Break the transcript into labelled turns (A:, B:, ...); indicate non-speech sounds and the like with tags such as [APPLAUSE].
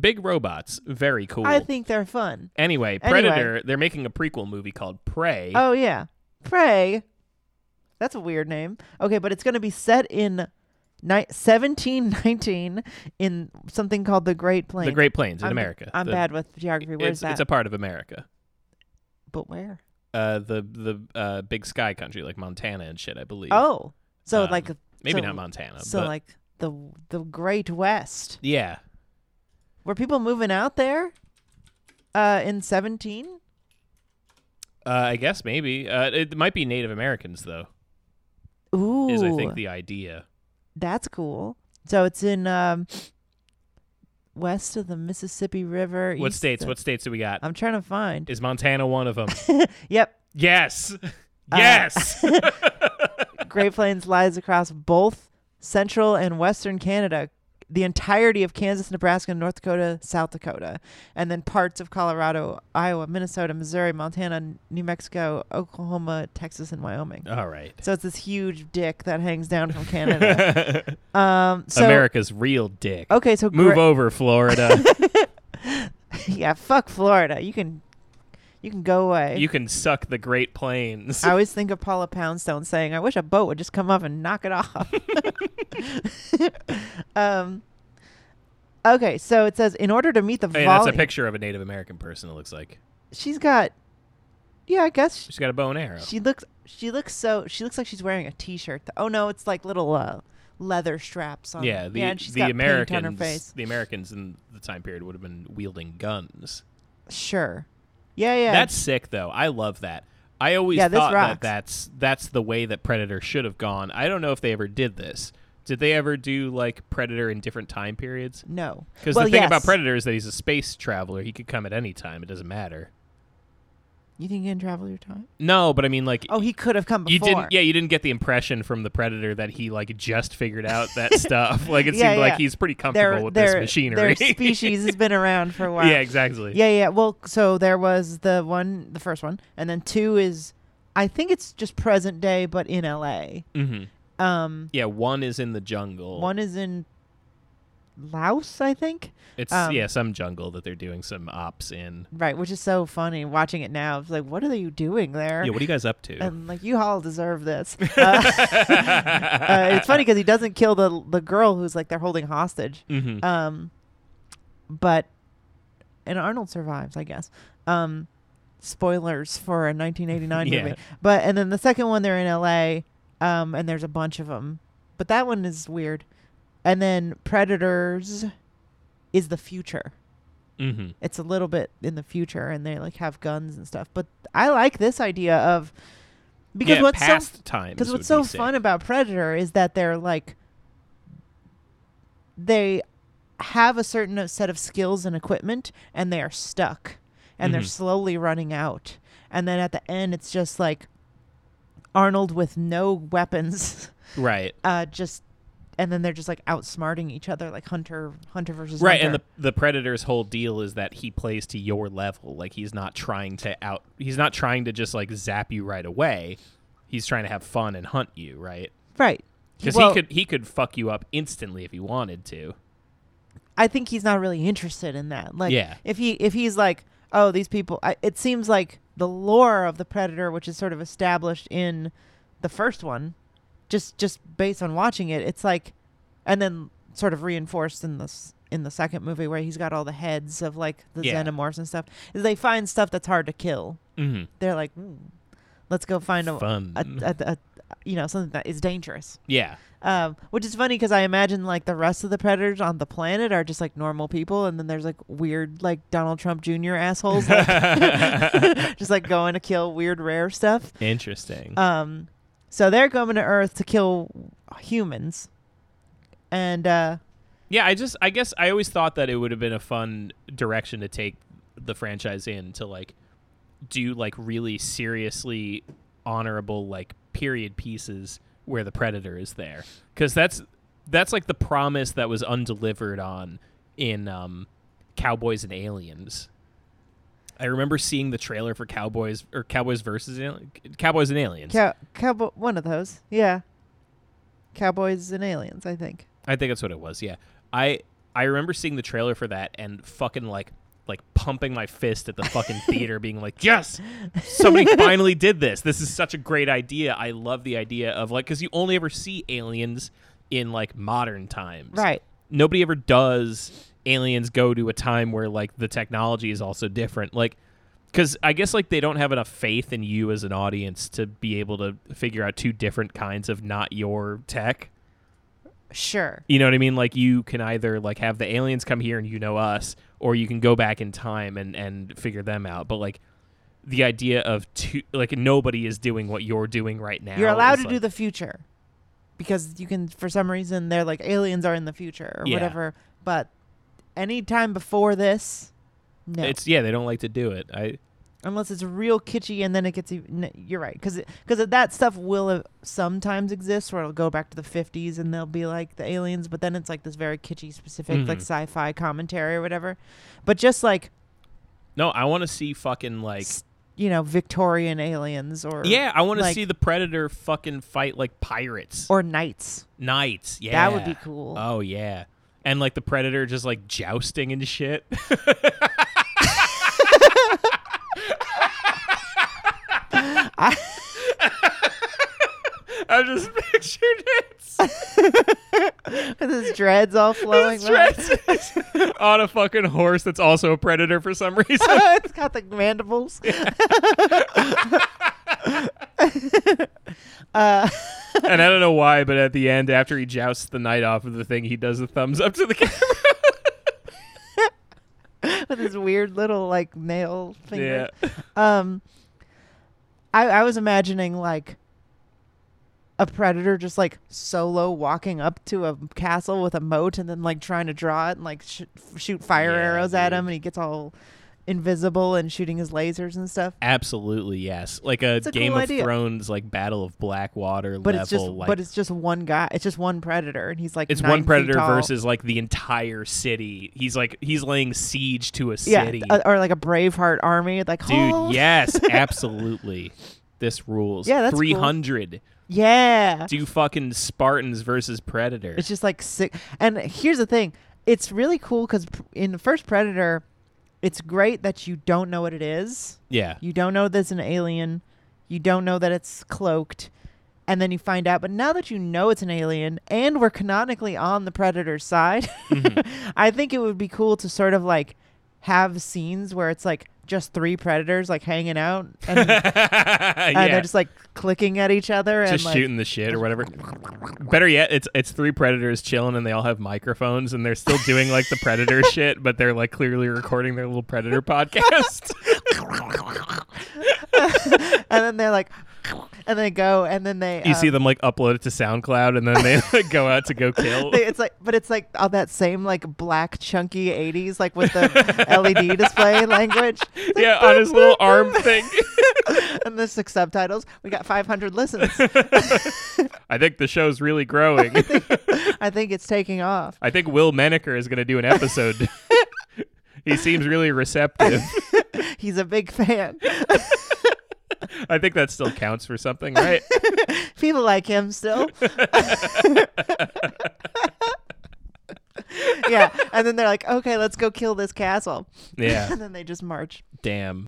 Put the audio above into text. A: Big robots, very cool.
B: I think they're fun.
A: anyway,
B: Anyway.
A: Predator, they're making a prequel movie called Prey.
B: Oh yeah, Prey. That's a weird name. Okay, but it's going to be set in ni- seventeen nineteen in something called the Great Plains.
A: the Great Plains in
B: I'm,
A: America.
B: I'm
A: The-
B: bad with geography. Where's
A: It's,
B: that?
A: it's a part of America.
B: but where?
A: Uh, the the uh, big sky country like Montana and shit, I believe.
B: Oh, so
A: Um,
B: like
A: maybe
B: so-
A: not Montana,
B: so
A: but
B: like the the Great West.
A: yeah,
B: Were people moving out there? Uh, in seventeen.
A: uh, I guess maybe uh, it might be Native Americans though.
B: Ooh,
A: Is I think the idea.
B: that's cool. So it's in um, west of the Mississippi River.
A: What
B: east Um,
A: states?
B: of-
A: What states do we got?
B: I'm trying to find.
A: Is Montana one
B: [LAUGHS]
A: of them?
B: Yep,
A: yes,
B: Uh,
A: yes.
B: [LAUGHS] Great Plains lies across both central and western Canada, the entirety of Kansas, Nebraska, North Dakota, South Dakota, and then parts of Colorado, Iowa, Minnesota, Missouri, Montana, New Mexico, Oklahoma, Texas, and Wyoming.
A: All right.
B: So it's this huge dick that hangs down
A: [LAUGHS]
B: from Canada. um, so
A: America's real dick.
B: okay, so
A: Move
B: Gre-
A: over, Florida.
B: [LAUGHS] yeah, fuck Florida. You can, you can go away.
A: you can suck the Great Plains. [LAUGHS]
B: I always think of Paula Poundstone saying, "I wish a boat would just come up and knock it off." [LAUGHS] um, okay, so it says, "In order to meet the
A: I mean, Oh, that's
B: volume,
A: a picture of a Native American person. It looks like
B: she's got, yeah, I guess
A: she's got a bow and arrow.
B: she looks. She looks so. She looks like she's wearing a T-shirt. Oh no, it's like little uh, leather straps on.
A: yeah, the
B: yeah, and she's
A: the
B: got
A: Americans,
B: paint on her face.
A: the Americans in the time period would have been wielding guns.
B: Sure, yeah, yeah.
A: That's sick, though. I love that. I always
B: Yeah, this
A: thought
B: rocks.
A: that that's that's the way that Predator should have gone. I don't know if they ever did this. Did they ever do like Predator in different time periods?
B: no.
A: Because
B: well,
A: the thing
B: yes.
A: about Predator is that he's a space traveler. He could come at any time. It doesn't matter.
B: you think you can travel your time?
A: No, but I mean, like,
B: Oh, he could have come before.
A: you didn't. Yeah, you didn't get the impression from the Predator that he like just figured out
B: [LAUGHS]
A: that stuff. Like it
B: Yeah,
A: seemed
B: yeah.
A: like he's pretty comfortable
B: their,
A: with this
B: their,
A: [LAUGHS] machinery.
B: Their species has been around for a while.
A: [LAUGHS] yeah, exactly.
B: Yeah, yeah. Well, so there was the one, the first one, and then two is, I think it's just present day, but in L.A.
A: hmm
B: Um,
A: Yeah, one is in the jungle.
B: one is in Laos, I think.
A: it's
B: um,
A: yeah, some jungle that they're doing some ops in.
B: Right, which is so funny watching it now. It's like, what are you doing there?
A: Yeah, what are you guys up to?
B: and like, you all
A: [LAUGHS]
B: deserve this. Uh, [LAUGHS] uh, it's funny because he doesn't kill the the girl who's like they're holding hostage.
A: hmm
B: Um, but and Arnold survives, I guess. Um, spoilers for a 1989
A: [LAUGHS] Yeah.
B: movie. But and then the second one, they're in L.A. Um, and there's a bunch of them. But that one is weird. And then Predators is the future.
A: hmm
B: It's a little bit in the future, and they like have guns and stuff. But I like this idea of because
A: yeah,
B: what's so
A: past times?
B: because what's
A: would
B: so
A: be sick.
B: fun about Predator is that they're like, they have a certain set of skills and equipment, and they are stuck, and they're
A: Mhm.
B: slowly running out. And then at the end, it's just like Arnold with no weapons, [LAUGHS]
A: right?
B: uh, just, and then they're just like outsmarting each other, like hunter, hunter versus
A: Right, and
B: hunter.
A: the the predator's whole deal is that he plays to your level. Like he's not trying to out. He's not trying to just like zap you right away. He's trying to have fun and hunt you, right?
B: right.
A: Because
B: Well,
A: he could he could fuck you up instantly if he wanted to.
B: I think he's not really interested in that. Like,
A: Yeah.
B: if he if he's like, oh, these people, I, it seems like the lore of the predator, which is sort of established in the first one, just just based on watching it, it's like, and then sort of reinforced in this in the second movie where he's got all the heads of like the
A: Yeah.
B: xenomorphs and stuff. Is they find stuff that's hard to kill.
A: Mm-hmm.
B: They're like, "Hmm, let's go find a,
A: Fun.
B: a, a, a you know something that is dangerous.
A: yeah.
B: Um, which is funny because I imagine like the rest of the predators on the planet are just like normal people, and then there's like weird like Donald Trump Jr. assholes, like, [LAUGHS] just like going to kill weird rare stuff.
A: Interesting.
B: Um, so they're coming to Earth to kill humans, and uh,
A: yeah, I just I guess I always thought that it would have been a fun direction to take the franchise in to like do like really seriously honorable like period pieces where the predator is there cuz that's that's like the promise that was undelivered on in um Cowboys and Aliens. I remember seeing the trailer for Cowboys or Cowboys versus Ali- Cowboys and Aliens.
B: cow- cowboy one of those, yeah, cowboys and aliens, I think.
A: I think that's what it was. Yeah, I I remember seeing the trailer for that and fucking like like pumping my fist at the fucking theater being like yes somebody finally did this this is such a great idea i love the idea of like because you only ever see aliens in like modern times
B: Right.
A: nobody ever does aliens go to a time where like the technology is also different like because i guess like they don't have enough faith in you as an audience to be able to figure out two different kinds of not your tech
B: Sure.
A: you know what i mean like you can either like have the aliens come here and you know us or you can go back in time and and figure them out but like the idea of two like nobody is doing what you're doing right now
B: You're allowed
A: is,
B: to
A: like,
B: do the future because you can, for some reason, they're like aliens are in the future or
A: Yeah.
B: whatever. But any time before this, no.
A: it's yeah they don't like to do it i
B: unless it's real kitschy and then it gets even n- you're right because because that stuff will uh, sometimes exist where it'll go back to the 50s and they'll be like the aliens but then it's like this very kitschy specific like
A: Mhm.
B: sci-fi commentary or whatever but just like,
A: no i want to see fucking like
B: s- you know victorian aliens or
A: Yeah, I want to
B: like-
A: see the predator fucking fight like pirates
B: or knights [LAUGHS]
A: knights. Yeah,
B: that would be cool
A: Oh yeah, and like the predator just like jousting and shit. [LAUGHS]
B: I-
A: I just pictured it.
B: [LAUGHS] with his dreads all flowing
A: It's
B: back.
A: just [LAUGHS] on a fucking horse that's also a predator for some reason.
B: [LAUGHS] it's got the
A: [LAUGHS]
B: mandibles uh
A: and I don't know why, but at the end, after he jousts the night off of the thing, he does a thumbs up
B: [LAUGHS]
A: to the camera.
B: with his weird little like nail finger.
A: Yeah.
B: Um I I was imagining like a predator just like solo walking up to a castle with a moat and then like trying to draw it and like sh- shoot fire
A: Yeah,
B: arrows at
A: dude.
B: him and he gets all invisible and shooting his lasers and stuff.
A: Absolutely yes, like a,
B: It's a
A: Game
B: cool
A: of
B: idea.
A: Thrones, like Battle of Blackwater
B: But
A: level.
B: it's just
A: like,
B: but it's just one guy. It's just one predator and he's like
A: It's
B: nine
A: one
B: feet
A: predator
B: tall.
A: versus like the entire city. He's like he's laying siege to a
B: yeah,
A: city.
B: uh, or like a Braveheart army like oh,
A: Dude,
B: "Hold." [LAUGHS]
A: yes, absolutely. This rules.
B: Yeah, that's cool.
A: 300.
B: Yeah.
A: Do fucking Spartans versus Predator.
B: It's just like sick. And here's the thing: it's really cool because in the first Predator, it's great that you don't know what it is. [LAUGHS]
A: yeah.
B: You don't know that it's an alien. You don't know that it's cloaked, and then you find out. But now that you know it's an alien, and we're canonically on the Predator's side,
A: Mm-hmm.
B: [LAUGHS] I think it would be cool to sort of like have scenes where it's like just three predators like hanging out and,
A: [LAUGHS]
B: and
A: yeah.
B: they're just like clicking at each other
A: Just
B: and like
A: shooting the shit or whatever. Better yet, it's it's three predators chilling and they all have microphones and they're still doing like the predator
B: [LAUGHS]
A: shit, but they're like clearly recording their little predator podcast.
B: [LAUGHS] and then they're like [LAUGHS] and they go and then they
A: you see
B: um,
A: them like upload it to SoundCloud and then
B: [LAUGHS]
A: they like, go out to go kill.
B: They- [LAUGHS] it's like, but it's like all that same like black chunky '80s, like
A: [LAUGHS]
B: with the LED display language. It's like,
A: yeah, on his little arm thing.
B: [LAUGHS] and there's like subtitles. We got 500 listens.
A: [LAUGHS] I think the show's really
B: [LAUGHS]
A: growing.
B: I think it's taking off.
A: I think Will Menaker is going to do an
B: [LAUGHS]
A: episode. he seems really receptive.
B: He's a
A: [LAUGHS]
B: big fan.
A: I think that still counts for something, right?
B: [LAUGHS] People like him
A: [LAUGHS]
B: still. [LAUGHS] yeah, and then they're like, "Okay, let's go kill this castle,"
A: Yeah.
B: [LAUGHS] and then they just march.
A: Damn.